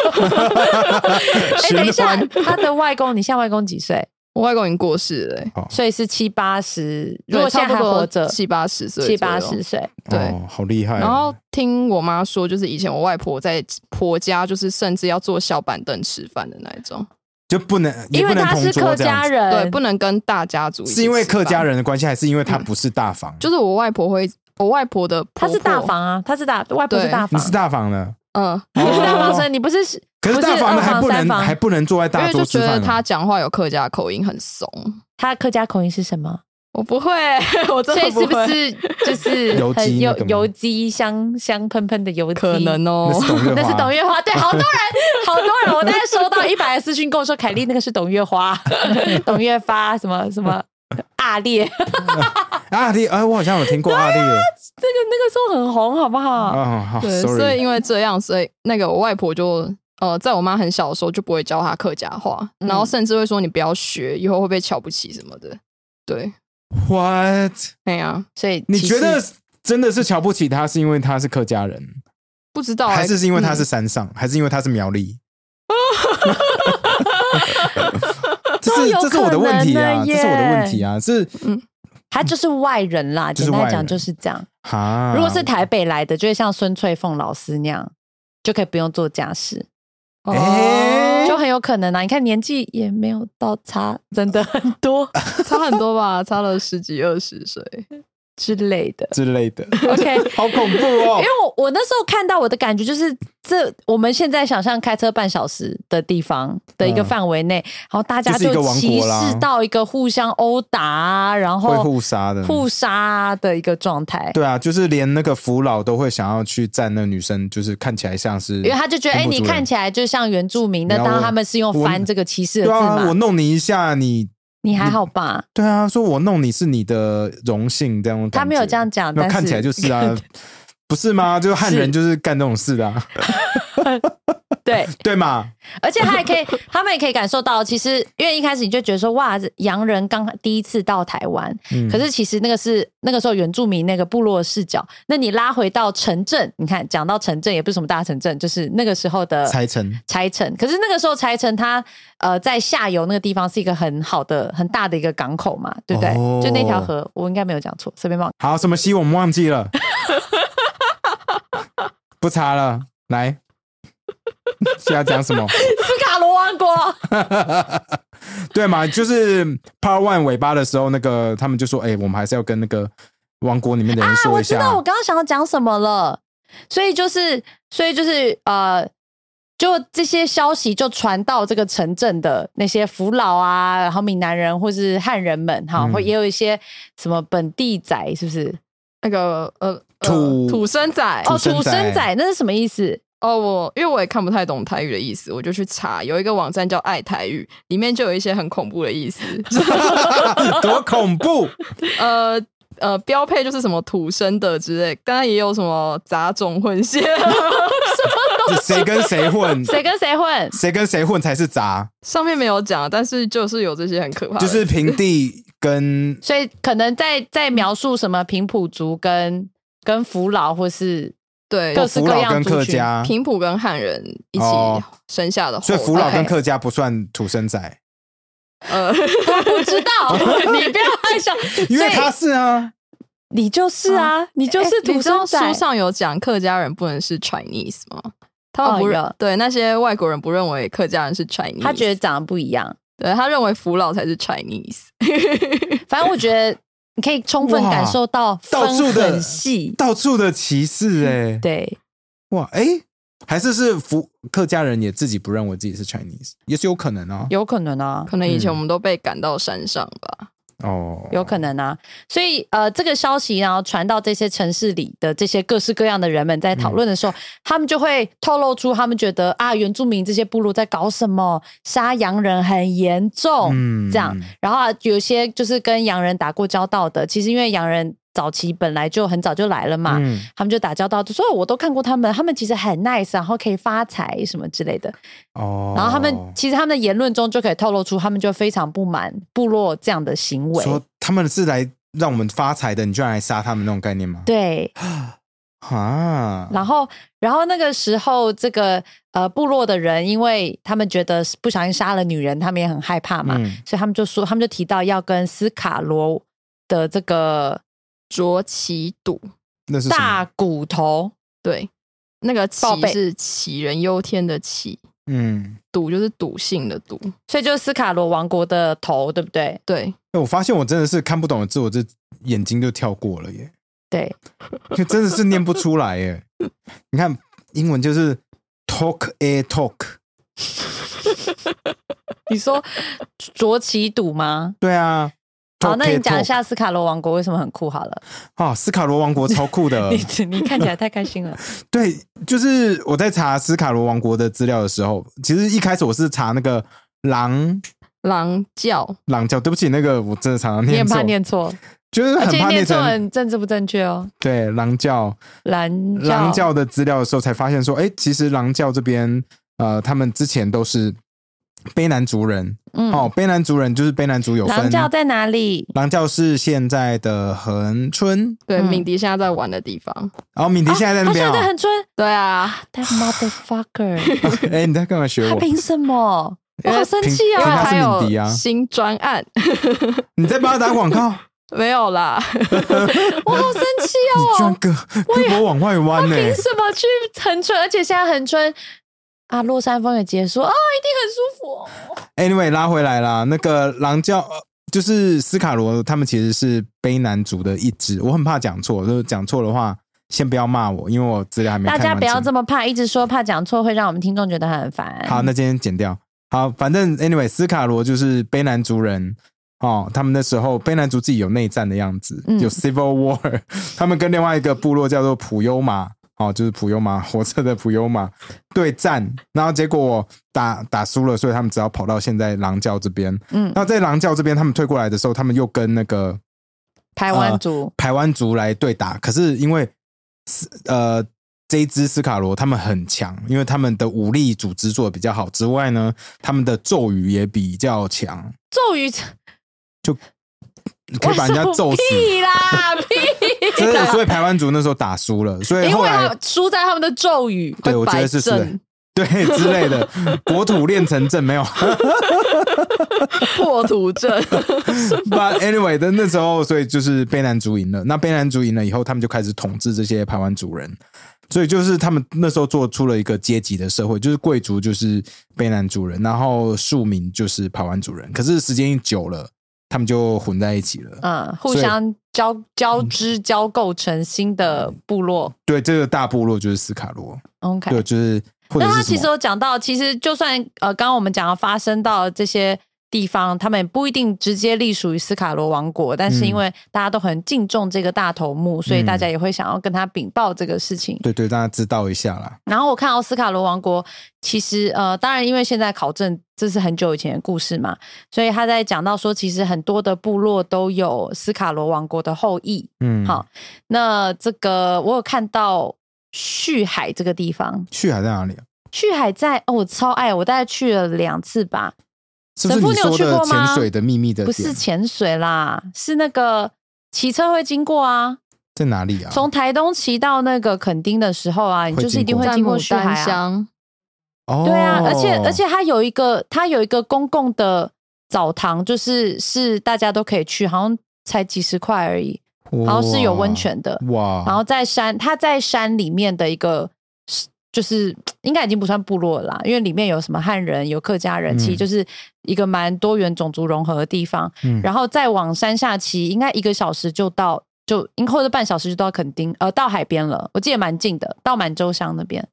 A: 哎、等一下，他的外公，你现在外公几岁？
C: 我外公已经过世了、欸，
A: 所以是七八十，如
C: 对
A: 果现
C: 差
A: 在
C: 不
A: 还
C: 多
A: 活着，
C: 七八十岁，
A: 七八十。岁，
C: 对
B: 哦好厉害哦。
C: 然后听我妈说，就是以前我外婆在婆家，就是甚至要坐小板凳吃饭的那一种，
B: 就不能，也
A: 因为
B: 不能
A: 他
B: 同
A: 是
B: 桌
A: 客
B: 这样
A: 家
B: 子，
A: 人，
C: 对，不能跟大家族一起吃
B: 是
C: 饭。
B: 因为客家人的关系，还是因为他不是大房？
C: 就是我外婆会，我外婆的婆
A: 他
C: 婆
A: 是大，房啊，他是大外婆是
C: 对
A: 大
B: 你
A: 房，
B: 是大房的，
C: 嗯，
A: 你是大房
B: 哦
A: 所以你不是
B: 可是
A: 不是
B: 大房
A: 二
B: 的还
A: 房
B: 不
A: 三
B: 能
A: 房
B: 还不能坐在
C: 因
B: 大
C: 为就
B: 桌
C: 觉
B: 吃
C: 得
B: 饭
C: 她
B: 啊。
C: 讲话有客家口音，很怂。
A: 他客家口音是什么？
C: 我
A: <laughs>
C: 不会，我真
A: 所
C: 的
A: 以
C: 不
A: 是不
C: 会，
A: 是就是
B: 油
A: 很
B: 鸡
A: 油
B: 那个吗
A: 油鸡香香喷喷的油鸡？
C: 可能哦
A: <laughs>
B: 那。是董
A: 那是董
B: 月华
A: 月花，对，好多人，好多人，我大概收到一百的私讯跟我说，凯莉那个是董月花， <laughs> 董月发什么什么啊阿烈，那个
B: 阿丽，哎，我好像有听过
A: 啊
B: 阿丽耶。
A: 那个时候很红，好不好？
B: 哦，好
C: 对，所以
B: ，sorry，
C: 因为这样，所以那个我外婆就呃，在我妈很小的时候就不会教她客家话，
A: 嗯
C: 然后甚至会说你不要学，以后会被瞧不起什么的。对，
B: what？
C: 哎呀，
A: 所以
B: 你
A: 其
B: 觉
A: 实
B: 得真的是瞧不起他，是因为他是客家人，
C: 不
A: 哦
C: 知道、欸、
B: 还是是因为他是
C: 嗯
B: 山上，还是因为他是苗栗？
A: 嗯
B: <laughs> 这是这是我的问题
A: 都有可能
B: 啊，
A: 呢
B: 这
A: 耶
B: 是我的问题啊，是
A: 他就是外人啦，
B: 就是
A: 简单来
B: 外
A: 讲
B: 人啊
A: 就是这样。
B: 哈，
A: 如果是台北来的，就会像孙翠凤老师那样，就可以不用做家事，
C: 哦
B: 哎
A: 就很有可能啊。你看年纪也没有到差，真的很多 <laughs>
C: <laughs> 差很多吧，差了十几二十岁。
A: 之类的。
B: 之类
A: <laughs>
B: 的，
A: OK，因
B: 好恐怖哦
A: 为！我我那时候看到我的感觉就是这，我们现在想象开车半小时的地方的一个
B: 嗯
A: 范围内，然后大家
B: 就是一个王
A: 歧
B: 国啦
A: 视到一个互相殴打啊，然
B: 会
A: 后
B: 互杀的，
A: 互杀啊的一个状态。
B: 对啊，就是连那个福老都会想要去站那女生，就是看起来像是，
A: 因为他就觉得，哎、
B: 平埔
A: 你
B: 族人
A: 看起来就像原住民，那
B: 然
A: 当
B: 后
A: 然他们是用
B: 我
A: 翻这个歧视的
B: 对
A: 字
B: 啊，
A: 嘛
B: 我。弄你一下，你
A: 你还好吧？
B: 对啊，说我弄你是你的荣幸这样的感觉。
A: 他没有这样讲，
B: 没有
A: 但是
B: 看起来就
A: <laughs>
B: 是啊，不是吗？就是汉人就是干这种事的、啊，
A: 对，
B: 对嘛？
A: 而且他还可
B: <laughs>
A: 以，他们也可以感受到，其实因为一开始你就觉得说，哇，洋人刚第一次到台湾，
B: 嗯
A: 可是其实那个是那个时候原住民那个部落的视角。那你拉回到城镇，你看讲到城镇也不是什么大城镇，就是那个时候的
B: 拆成
A: 柴城，可是那个时候柴城它呃在下游那个地方是一个很好的、很大的一个港口嘛，对不对？
B: 哦
A: 就那条河，我应该没有讲错，随便忘。
B: 好什么西我们忘记
A: <laughs>
B: 了，不查了。来，是要讲什么？
A: 斯卡罗王国，
B: <laughs> 对嘛？就是 Part One 尾巴的时候，那个他们就说：“哎、我们还是要跟那个王国里面的人
A: 啊，
B: 说
A: 我
B: 一
A: 知
B: 下。
A: 道我刚刚想要讲什么了，所以就是，所以就是呃，就这些消息就传到这个城镇的那些父老啊，然后闽南人或是汉人们，哈，
B: 嗯
A: 或也有一些什么本地仔，是不是？
C: 那个呃呃
B: 土
C: 土生仔
A: 哦，
B: 土生
A: 土
B: 仔
A: 生仔那是什么意思？
C: 哦，我因为我也看不太懂台语的意思，我就去查，有一个网站叫爱台语，里面就有一些很恐怖的意思， <laughs>
B: <laughs> 多恐怖！
C: 呃呃，
B: <laughs>
C: 标配就是什么土生的之类，当然也有什么杂种混血，
B: 谁跟谁
A: <laughs>
B: 混，
A: 谁跟谁混？
B: 谁跟谁混才是杂，
C: 上面没有讲，但是就是有这些很可怕的，
B: 就是平地跟
A: 所以可能在在描述什么平埔族跟跟福佬或是
C: 对
A: 各式
B: 福
A: 各
B: 佬
A: 样
B: 跟
A: 族群
B: 客家，
C: 平埔跟汉人一起
B: 啊哦
C: 生下的后代，
B: 所以福佬跟
A: OK
B: 客家不算土生仔，
C: 呃，
A: 不知道，你不要害羞，
B: 因为
A: 所以
B: 他是啊，
A: 你就是啊，你就是
C: 哎你
A: 土
C: 知道
A: 生仔。
C: 书上有讲客家人不能是 Chinese 吗？他们不
A: 哦
C: 认、
A: 有
C: 对那些外国人不认为客家人是 Chinese，
A: 他觉得长得不一样，
C: 对他认为福佬才是 Chinese。 <laughs>
A: 反正我觉得你可以充分
B: 哇
A: 感受到
B: 到
A: 分
B: 处的
A: 很细，
B: 到处的歧视哎、
A: 对，
B: 哇哎、还是是福客家人也自己不认为自己是 Chinese，也是有可能啊，
A: 有可能啊，
C: 可能以前
B: 嗯
C: 我们都被赶到山上吧。
B: 哦，
A: 有可能啊，所以呃，这个消息然后传到这些城市里的这些各式各样的人们在
B: 嗯
A: 讨论的时候，他们就会透露出他们觉得啊，原住民这些部落在搞什么，杀洋人很严重，
B: 嗯
A: 这样。然后啊有些就是跟洋人打过交道的，其实因为洋人早期本来就很早就来了嘛，
B: 嗯
A: 他们就打交道，就说哦我都看过他们，他们其实很 nice，然后可以发财什么之类的。
B: 哦，
A: 然后他们其实他们的言论中就可以透露出，他们就非常不满部落这样的行为。
B: 说他们是来让我们发财的，你居然来杀他们那种概念吗？
A: 对，
B: 啊，
A: 然后，然后那个时候，这个呃部落的人，因为他们觉得不小心杀了女人，他们也很害怕嘛，
B: 嗯
A: 所以他们就说，他们就提到要跟斯卡罗的这个
C: 卓奇堵，
B: 那是什么
A: 大骨头
C: 对，那个
A: 报
C: 奇
A: 备
C: 是杞人忧天的杞，
B: 嗯。
C: 笃就是笃信的笃，
A: 所以就是斯卡罗王国的头，对不对？
C: 对，
B: 哎我发现我真的是看不懂的字，我这眼睛就跳过了耶， <laughs>
A: 对，
B: 就真的是念不出来耶。你看英文就是 talk a talk，
A: 你说卓奇堵吗？
B: 对啊。
A: 好，那
B: talk a
A: 你讲一
B: talk
A: 下斯卡罗王国为什么很酷好了。
B: 哦，斯卡罗王国超酷
A: <laughs>
B: 的。
A: 你你看起来太开心了，
B: <laughs> 对，就是我在查斯卡罗王国的资料的时候，其实一开始我是查那个狼
C: 狼
A: 嗯
C: 教
B: 狼教，对不起，那个我真的常常
A: 你
B: <laughs> 念
A: 很
B: 错，
A: 怕念错，
B: 就是
A: 而
B: 很
A: 且念
B: 怕念
A: 错
B: 成
A: 很政治不正确哦。
B: 对狼教。
A: 蓝
B: 狼教的资料的时候，才发现说，哎、其实狼教这边，呃，他们之前都是卑南族人、
A: 嗯
B: 哦，卑南族人就是卑南族有分，
A: 狼教在哪里？
B: 狼教是现在的恒春，
C: 对，
A: 嗯
C: 敏迪现在在玩的地方，
B: 然后敏迪现在在那边
A: 他现在
B: 哦，
A: 很春，
C: 对啊，
A: 但
B: <laughs>
A: motherfucker，
B: 哎、你在干嘛学
A: 他
B: 我？
A: 凭什么？我
C: 因为
A: 好生气
B: 凭
C: 因为
B: 凭
A: 啊！
B: 他
C: 他
B: 是敏迪啊
C: 有新专案， <laughs>
B: 你在帮他打
A: <laughs>
B: 广告？
C: 没有啦，
A: 我好生气
B: <laughs>
A: 啊！
B: 你居然胳胳膊往外弯呢、
A: 凭什么去恒春？而且现在恒春啊，落山风也结束啊，一定很舒服、哦。
B: Anyway，拉回来啦，那个狼教呃就是斯卡罗，他们其实是卑南族的一支，我很怕讲错，如果讲错的话，先不要骂我，因为我资料还没
A: 大
B: 看
A: 家
B: 完
A: 不要
B: 整
A: 这么怕，一直说怕讲错会让我们听众觉得很烦。
B: 好，那今天剪掉。好，反正 anyway，斯卡罗就是卑南族人哦，他们那时候卑南族自己有内战的样子，
A: 嗯
B: 有 civil war，他 <laughs> 们跟另外一个部落叫做普悠玛，哦，就是普悠玛活着的普悠玛对战，然后结果打打输了，所以他们只好跑到现在狼教这边。
A: 嗯，
B: 那在狼教这边，他们退过来的时候，他们又跟那个
A: 台
B: 呃
A: 湾族、
B: 台湾族来对打，可是因为斯呃这一支斯卡罗他们很强，因为他们的武力组织做的比较好之外呢，他们的咒语也比较强，
A: 咒语，
B: 可以把人家咒死。
A: 屁
B: <laughs>
A: 啦屁！
B: 所以所以台湾族那时候打输了，所以
A: 因
B: 后
A: 为
B: 来
A: 他输在他们的咒语。
B: 哎对我觉
C: 白
B: 得是是的
C: 正，
B: 对之类的 <laughs> 国土练成阵没有
C: 破土 <laughs> 阵，
B: ，But anyway 的那时候，所以就是卑南族赢了。那卑南族赢了以后，他们就开始统治这些台湾族人。所以就是他们那时候做出了一个阶级的社会，就是贵族就是卑南族人，然后庶民就是排湾族人。可是时间一久了，他们就混在一起了。
A: 嗯，互
B: 所以
A: 相交交织交构成新的
B: 嗯
A: 部落。
B: 对，这个大部落就是斯卡罗，
A: OK，
B: 对，就是或者
A: 那他
B: 是
A: 其
B: 什
A: 实
B: 么？
A: 有讲到，其实就算呃，刚刚我们讲到发生到这些地方，他们也不一定直接隶属于斯卡罗王国，但
B: 嗯
A: 是因为大家都很敬重这个大头目，所以大家也会想要跟他禀报这个事情。
B: 对对，大家知道一下啦。
A: 然后我看到斯卡罗王国，其实呃，当然因为现在考证这是很久以前的故事嘛，所以他在讲到说，其实很多的部落都有斯卡罗王国的后裔，
B: 嗯，
A: 好那这个我有看到旭海这个地方。
B: 旭海在哪里啊？
A: 旭海在哦，我超爱，我大概去了两次吧，
B: 是不是
A: 神父
B: 你
A: 你有
B: 说
A: 去
B: 的
A: 过吗
B: 潜水的秘密的
A: 不
B: 点？
A: 是潜水啦，是那个骑车会经过啊。
B: 在哪里啊？
A: 从台东骑到那个垦丁的时候啊，你就是一定会
C: 在
A: 经过
C: 牡
A: 旭海
C: 丹
A: 啊。
C: 乡，
B: 哦，
A: 对啊，而且而且它有一个它有一个公共的澡堂，就是是大家都可以去，好像才几十块而已，然后是有温泉的，
B: 哇，
A: 然后在山它在山里面的一个是就是应该已经不算部落了啦，因为里面有什么汉人、有客家人，
B: 嗯
A: 其实就是一个蛮多元种族融合的地方。
B: 嗯
A: 然后再往山下骑，应该一个小时就到，就应或者半小时就到垦丁，呃，到海边了。我记得蛮近的，到满洲乡那边。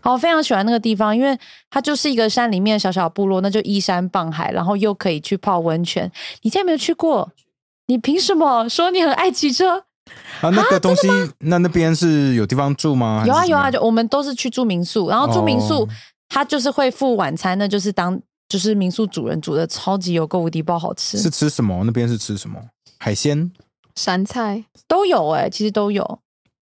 A: 好，我非常喜欢那个地方，因为它就是一个山里面的小小部落，那就依山傍海，然后又可以去泡温泉。你竟然没有去过？你凭什么说你很爱骑车？
B: 啊那个东西，那那边是有地方住吗？
A: 有啊
B: 还是
A: 有
B: 怎么
A: 啊，
B: 样
A: 就我们都是去住民宿，然后住民宿、
B: 哦
A: 它就是会付晚餐，那就是当就是民宿主人煮的超级有够无敌爆好吃，
B: 是吃什么？那边是吃什么？海鲜
C: 山菜，
A: 都有哎、其实都有。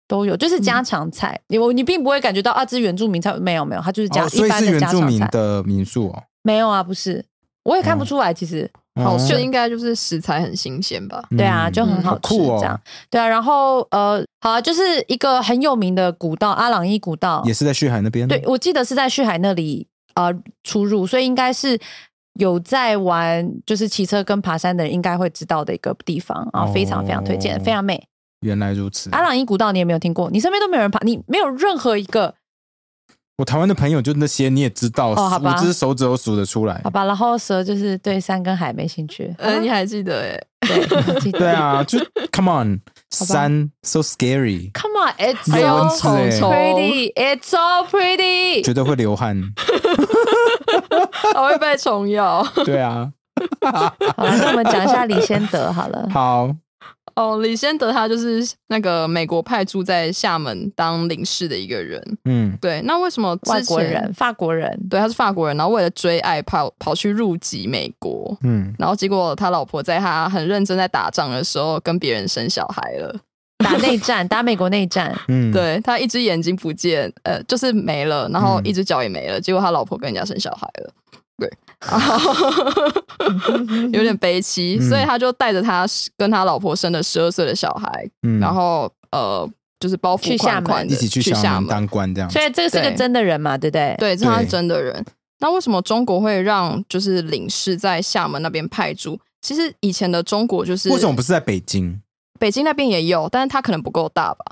A: 都有，就是
B: 嗯
A: 家常菜。你我你并不会感觉到啊，这是原住民菜，没有没有，它就是家、
B: 哦，所
A: 一
B: 以
A: 般
B: 是
A: 的
B: 原
A: 家
B: 住
A: 常
B: 民
A: 菜。
B: 的哦民宿哦。
A: 没有啊，不是，我也看不出来。其实，
C: 好
B: 哦
C: 吃应该就是食材很新鲜吧？
A: 对啊，
B: 嗯
A: 就很
C: 嗯
A: 好
B: 好
A: 吃
B: 酷哦
A: 这样。对啊，然后呃，好啊，就是一个很有名的古道阿朗伊古道，
B: 也是在旭海那边。
A: 对，我记得是在旭海那里呃出入，所以应该是有在玩就是骑车跟爬山的人应该会知道的一个地方啊，非常非常推荐，
B: 哦
A: 非常美。
B: 原来如此。
A: 阿朗伊古道你也没有听过，你身边都没有人爬，你没有任何一
B: <laughs>
A: 个
B: 我台湾的朋友就那些，你也知道，
A: 哦好吧
B: 五只手指头数得出来
A: 好。吧。然后蛇就是对山跟海没兴
B: <laughs>
A: 趣，
C: 呃，你还记得哎？
A: 对记得
B: 对啊，就 Come
A: <laughs>
B: on，山 so scary，
A: ，Come on，it's
B: 有蚊
A: so
B: 子哎、
C: 虫虫
A: pretty，it's so
B: <laughs>
A: pretty，
B: 绝对会流汗。
C: 还会被虫咬。 <laughs>
A: <laughs>
B: 对啊，
A: 好了，那我们讲一下李先德好了。
B: 好，
C: 哦，李先德他就是那个美国派驻在厦门当领事的一个人。
B: 嗯，
C: 对，那为什么之
A: 外国
C: 前
A: 人、法国人，
C: 对，他是法国人，然后为了追爱跑跑去入籍美国，
B: 嗯，
C: 然后结果他老婆在他很认真在打仗的时候跟别人生小孩了，
A: 打内战，打美国内战，
B: <laughs> 嗯，，
C: 对他一只眼睛不见，呃，就是没了，然后
B: 嗯
C: 一只脚也没了，结果他老婆跟人家生小孩了。对，然后 <laughs> 有点悲戚，
B: 嗯
C: 所以他就带着他跟他老婆生了十二岁的小孩，
B: 嗯
C: 然后呃，就是包
A: 去
C: 袱
A: 厦
C: 款款
A: 门
C: 的
B: 一起去厦门当官这样。
A: 所以这个是个
C: 对
A: 真的人嘛，对不对？
C: 对，这是他
B: 对
C: 是真的人。那为什么中国会让就是领事在厦门那边派驻？其实以前的中国就是
B: 为什么不是在北京？
C: 北京那边也有，但是它可能不够大吧？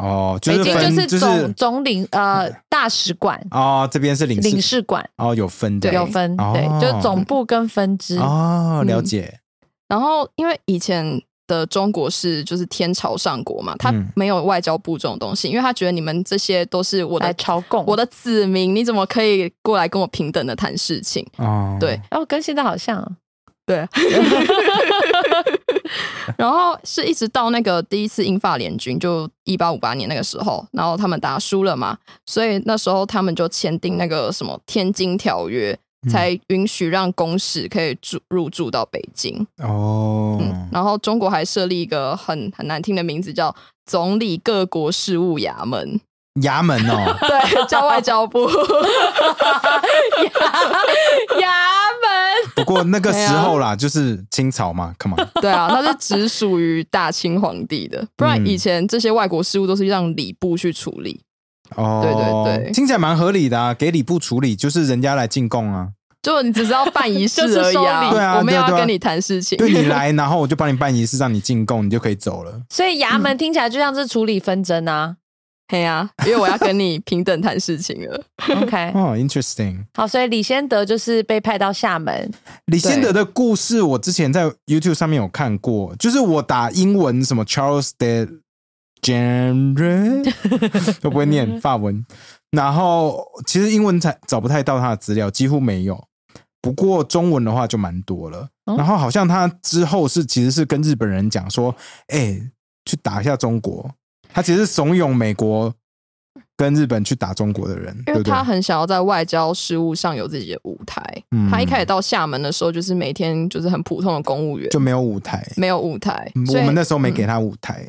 B: 哦，就
A: 北
B: 是
A: 京
B: 分，
A: 是
B: 就
A: 总
B: 是
A: 总领呃大使馆、
B: 哦，这边是领
A: 领
B: 事，
A: 事馆
B: 哦，有分的，
C: 对
A: 有分，
B: 哦
A: 对，就是总部跟分支。
B: 哦，了
C: 嗯
B: 解，
C: 然后因为以前的中国是就是天朝上国嘛，他
B: 嗯
C: 没有外交部这种东西，因为他觉得你们这些都是我
A: 来
C: 的
A: 朝贡，
C: 我的子民，你怎么可以过来跟我平等的谈事
B: <laughs>
C: 情？
B: 哦，
C: 对，
A: 哦，跟现在好像哦
C: 对，然后是一直到那个第一次英法联军，就一八五八年那个时候，然后他们打输了嘛，所以那时候他们就签订那个什么《天津条约》，
B: 嗯
C: 才允许让公使可以住入住到北京。
B: 哦，
C: 嗯，然后中国还设立一个很很难听的名字，叫总理各国事务衙门，
B: 衙门
C: <laughs>
B: 哦，
C: 对，叫外交部。
A: <laughs> 衙门，
B: 不过那个时候啦，就是清朝嘛，Come on，
C: <laughs> 对啊，它是 <laughs> 只属于大清皇帝的，不然
B: 嗯
C: 以前这些外国事务都是让礼部去处理，
B: 哦，
C: 对对对
B: 听起来蛮合理的啊，给礼部处理就是人家来进贡啊，
C: 就你只是要办仪式 <laughs>
A: 就是
C: 而已
A: 收礼对
B: 啊
C: 我没有
B: 对啊
C: 要
B: 对啊
C: 跟你谈事情。
B: 对你来，然后我就帮你办仪式，让你进贡，你就可以走了。
A: 所以衙
B: 嗯
A: 门听起来就像是处理纷争啊。
C: <laughs>
B: <laughs>
C: 嘿呀、因为我要跟你平等谈事情了。
A: OK，
B: 哦，interesting。
A: 好，所以李先德就是被派到厦
B: <laughs>
A: 门，
B: 李先德的故事，我之前在 YouTube 上面有看过，就是我打英文什么 Charles de j a n
C: <laughs>
B: r 都不会念法文，然后其实英文才找不太到他的资料，几乎没有。不过中文的话就蛮多了，
A: 哦
B: 然后好像他之后是其实是跟日本人讲说，哎、去打一下中国。他其实是怂恿美国跟日本去打中国的人，
C: 因
B: 对
C: 为
B: 不对
C: 他？很想要在外交事务上有自己的舞台。
B: 嗯
C: 他一开始到厦门的时候，就是每天就是很普通的公务员，
B: 就没有舞台，
C: 没有舞台
B: 嗯。
C: 所以
B: 我们那时候没给他舞台、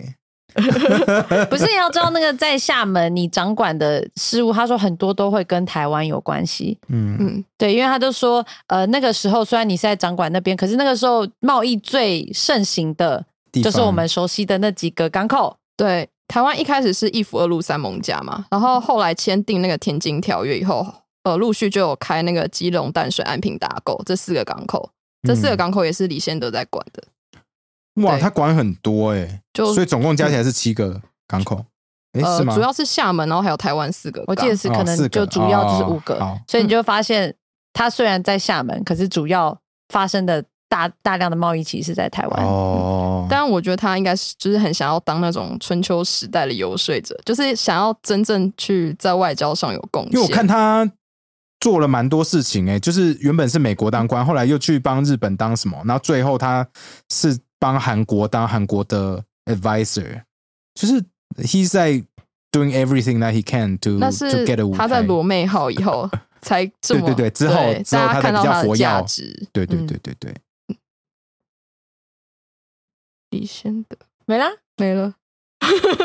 A: 不是你要知道那个在厦门你掌管的事务，他说很多都会跟台湾有关系。
B: 嗯，
C: 嗯，
A: 对，因为他就说，呃，那个时候虽然你是在掌管那边，可是那个时候贸易最盛行的
B: 地
A: 就是
B: 方
A: 我们熟悉的那几个港口。
C: 对，台湾一开始是一府二路三盟家嘛，然后后来签订那个天津条约以后，呃，陆续就有开那个基隆、淡水、安平、打狗这四个港口，这
B: 嗯
C: 四个港口也是李先德在管的，
B: 哇，
C: 对
B: 他管很多哎、
C: 就
B: 所以总共加起来是七个港口，哎、
C: 呃
B: 是，吗？
C: 主要是厦门，然后还有台湾四个港，
A: 我记得是
B: 哦
A: 可能
B: 四个
A: 就主要就是五个，
B: 哦好 <laughs>
A: 所以你就发现它虽然在厦门，可是主要发生的大大量的贸易其实是在台湾。
B: 哦，
C: 嗯但我觉得他应该是就是很想要当那种春秋时代的游说者，就是想要真正去在外交上有贡献。
B: 因为我看他做了蛮多事情、欸，就是原本是美国当
C: 嗯
B: 官，后来又去帮日本当什么，然后最后他是帮韩国当韩国的 advisor，就是 he's like doing everything that he can to
C: 那
B: to
C: 是
B: get 哎 a 舞台
C: 他在罗妹号以
B: <laughs>
C: 后才这么
B: 对对对之后
C: 对
B: 之后
C: 大
B: 他才
C: 家看到
B: 比较
C: 他的
B: 活跃
C: 价值。
B: 对对
A: 嗯
B: 对对对，
C: 李先德
A: 没啦，
C: 没了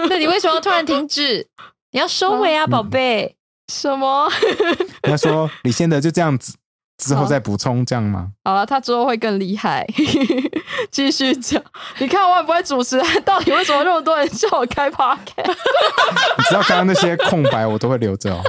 A: 那你为什么要突然停止？你要收尾
B: 哦
A: 啊，宝贝。
C: 什么？
B: 应该说李先德就这样子，之后
C: 好
B: 再补充这样吗？
C: 好了，他之后会更厉害。继续讲，你看我也不会主持，啊到底为什么那么多人叫我开 podcast？
B: 你知道刚刚那些空白我都会留着哦。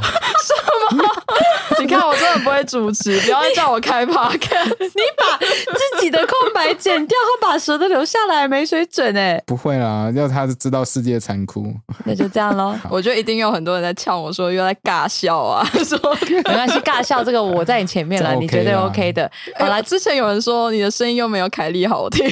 C: 你看我真的不会主持，不要再叫我开 podcast。
A: 你把自己的空白剪掉， <laughs> 把舌头留下来，没水准哎、
B: 不会啦，要他知道世界残酷。
A: 那就这样喽，
C: 我觉得一定有很多人在呛我说又在尬笑啊， <laughs> 说
A: 没关系，尬笑这个我在你前面了，
B: 这
A: 你绝对
B: OK 啦
A: OK 的。好
C: 好
A: 啦
C: 啦，，之前有人说你的声音又没有凯莉好听，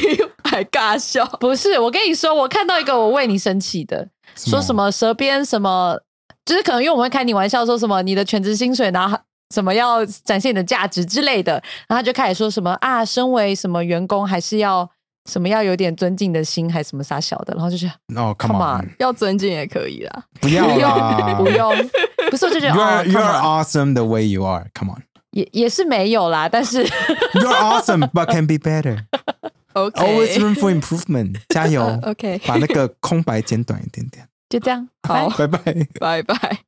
C: 还尬笑。
A: 不是，我跟你说，我看到一个我为你生气的，
B: 什么
A: 说什么舌边什么，就是可能因为我们会开你玩笑，说什么你的全职薪水，然后什么要展现你的价值之类的，然后他就开始说什么啊，身为什么员工还是要什么要有点尊敬的心，还什么傻小的，然后就觉得
B: 哦、c o m e
A: Come
B: on，
C: 要尊敬也可以啦，
B: 不要
A: 不
B: 啦
A: 用，哎 <laughs> 不
B: <laughs>
A: 用，不是我就觉得
B: You are
A: 哦
B: you are
A: ，come on，
B: awesome the way you are. Come on,
A: 也也是没有啦，但是 <laughs>
B: you are awesome, but can be better.
C: OK
B: Always room for improvement. 加油
A: <laughs>
C: OK
B: 把那个空白剪短一点点。
A: 就这样，
C: 好
A: 拜
B: 拜拜。
C: 拜拜。